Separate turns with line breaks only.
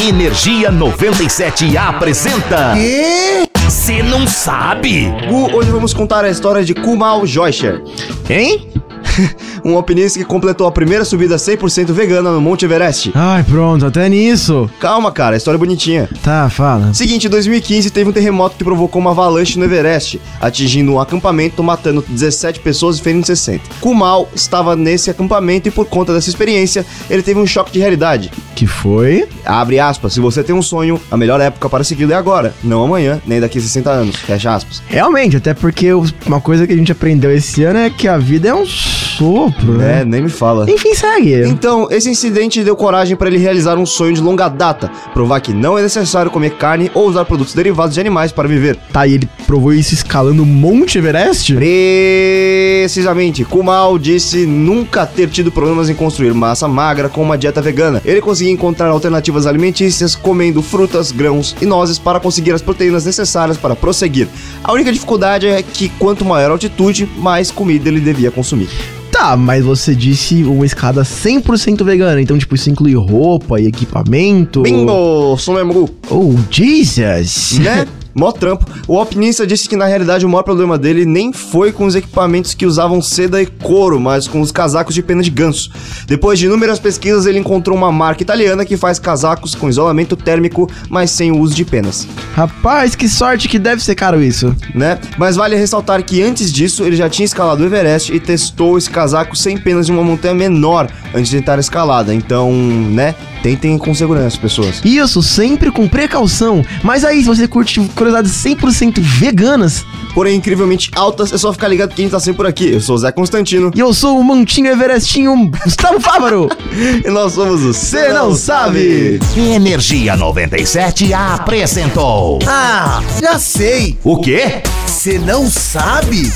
Energia 97 apresenta.
E
Você não sabe?
Gu, hoje vamos contar a história de Kumal Joycher,
Hein?
um alpinista que completou a primeira subida 100% vegana no Monte Everest.
Ai, pronto, até nisso.
Calma, cara, a história é bonitinha.
Tá, fala.
Seguinte, em 2015 teve um terremoto que provocou uma avalanche no Everest, atingindo um acampamento, matando 17 pessoas e ferindo 60. Kumal estava nesse acampamento e por conta dessa experiência, ele teve um choque de realidade.
Que foi?
Abre aspas, se você tem um sonho, a melhor época para segui-lo é agora, não amanhã, nem daqui a 60 anos. Fecha aspas.
Realmente, até porque os- uma coisa que a gente aprendeu esse ano é que a vida é um sopro, né?
É, nem me fala.
Enfim, segue.
Então, esse incidente deu coragem para ele realizar um sonho de longa data, provar que não é necessário comer carne ou usar produtos derivados de animais para viver.
Tá, e ele provou isso escalando o Monte Everest?
Precisamente, Kumal disse nunca ter tido problemas em construir massa magra com uma dieta vegana. Ele conseguia encontrar alternativas alimentícias comendo frutas, grãos e nozes para conseguir as proteínas necessárias para prosseguir. A única dificuldade é que quanto maior a altitude, mais comida ele devia consumir.
Tá, mas você disse uma escada 100% vegana, então, tipo, isso inclui roupa e equipamento.
Bingo! Sonemu!
Oh, Jesus!
né? Mó trampo. O alpinista disse que na realidade o maior problema dele nem foi com os equipamentos que usavam seda e couro, mas com os casacos de pena de ganso. Depois de inúmeras pesquisas, ele encontrou uma marca italiana que faz casacos com isolamento térmico, mas sem o uso de penas,
Rapaz, que sorte que deve ser caro isso.
né? Mas vale ressaltar que antes disso, ele já tinha escalado o Everest e testou esse casaco sem penas de uma montanha menor antes de tentar a escalada. Então, né? Tentem com segurança, pessoas.
Isso, sempre com precaução. Mas aí, se você curte curiosidades 100% veganas,
Porém, incrivelmente altas, é só ficar ligado que a gente tá sempre por aqui. Eu sou o Zé Constantino.
E eu sou o Mantinho Everestinho Gustavo Fávaro.
E nós somos o Cê
Não Sabe.
Energia 97 apresentou.
Ah, já sei!
O quê?
Você não sabe?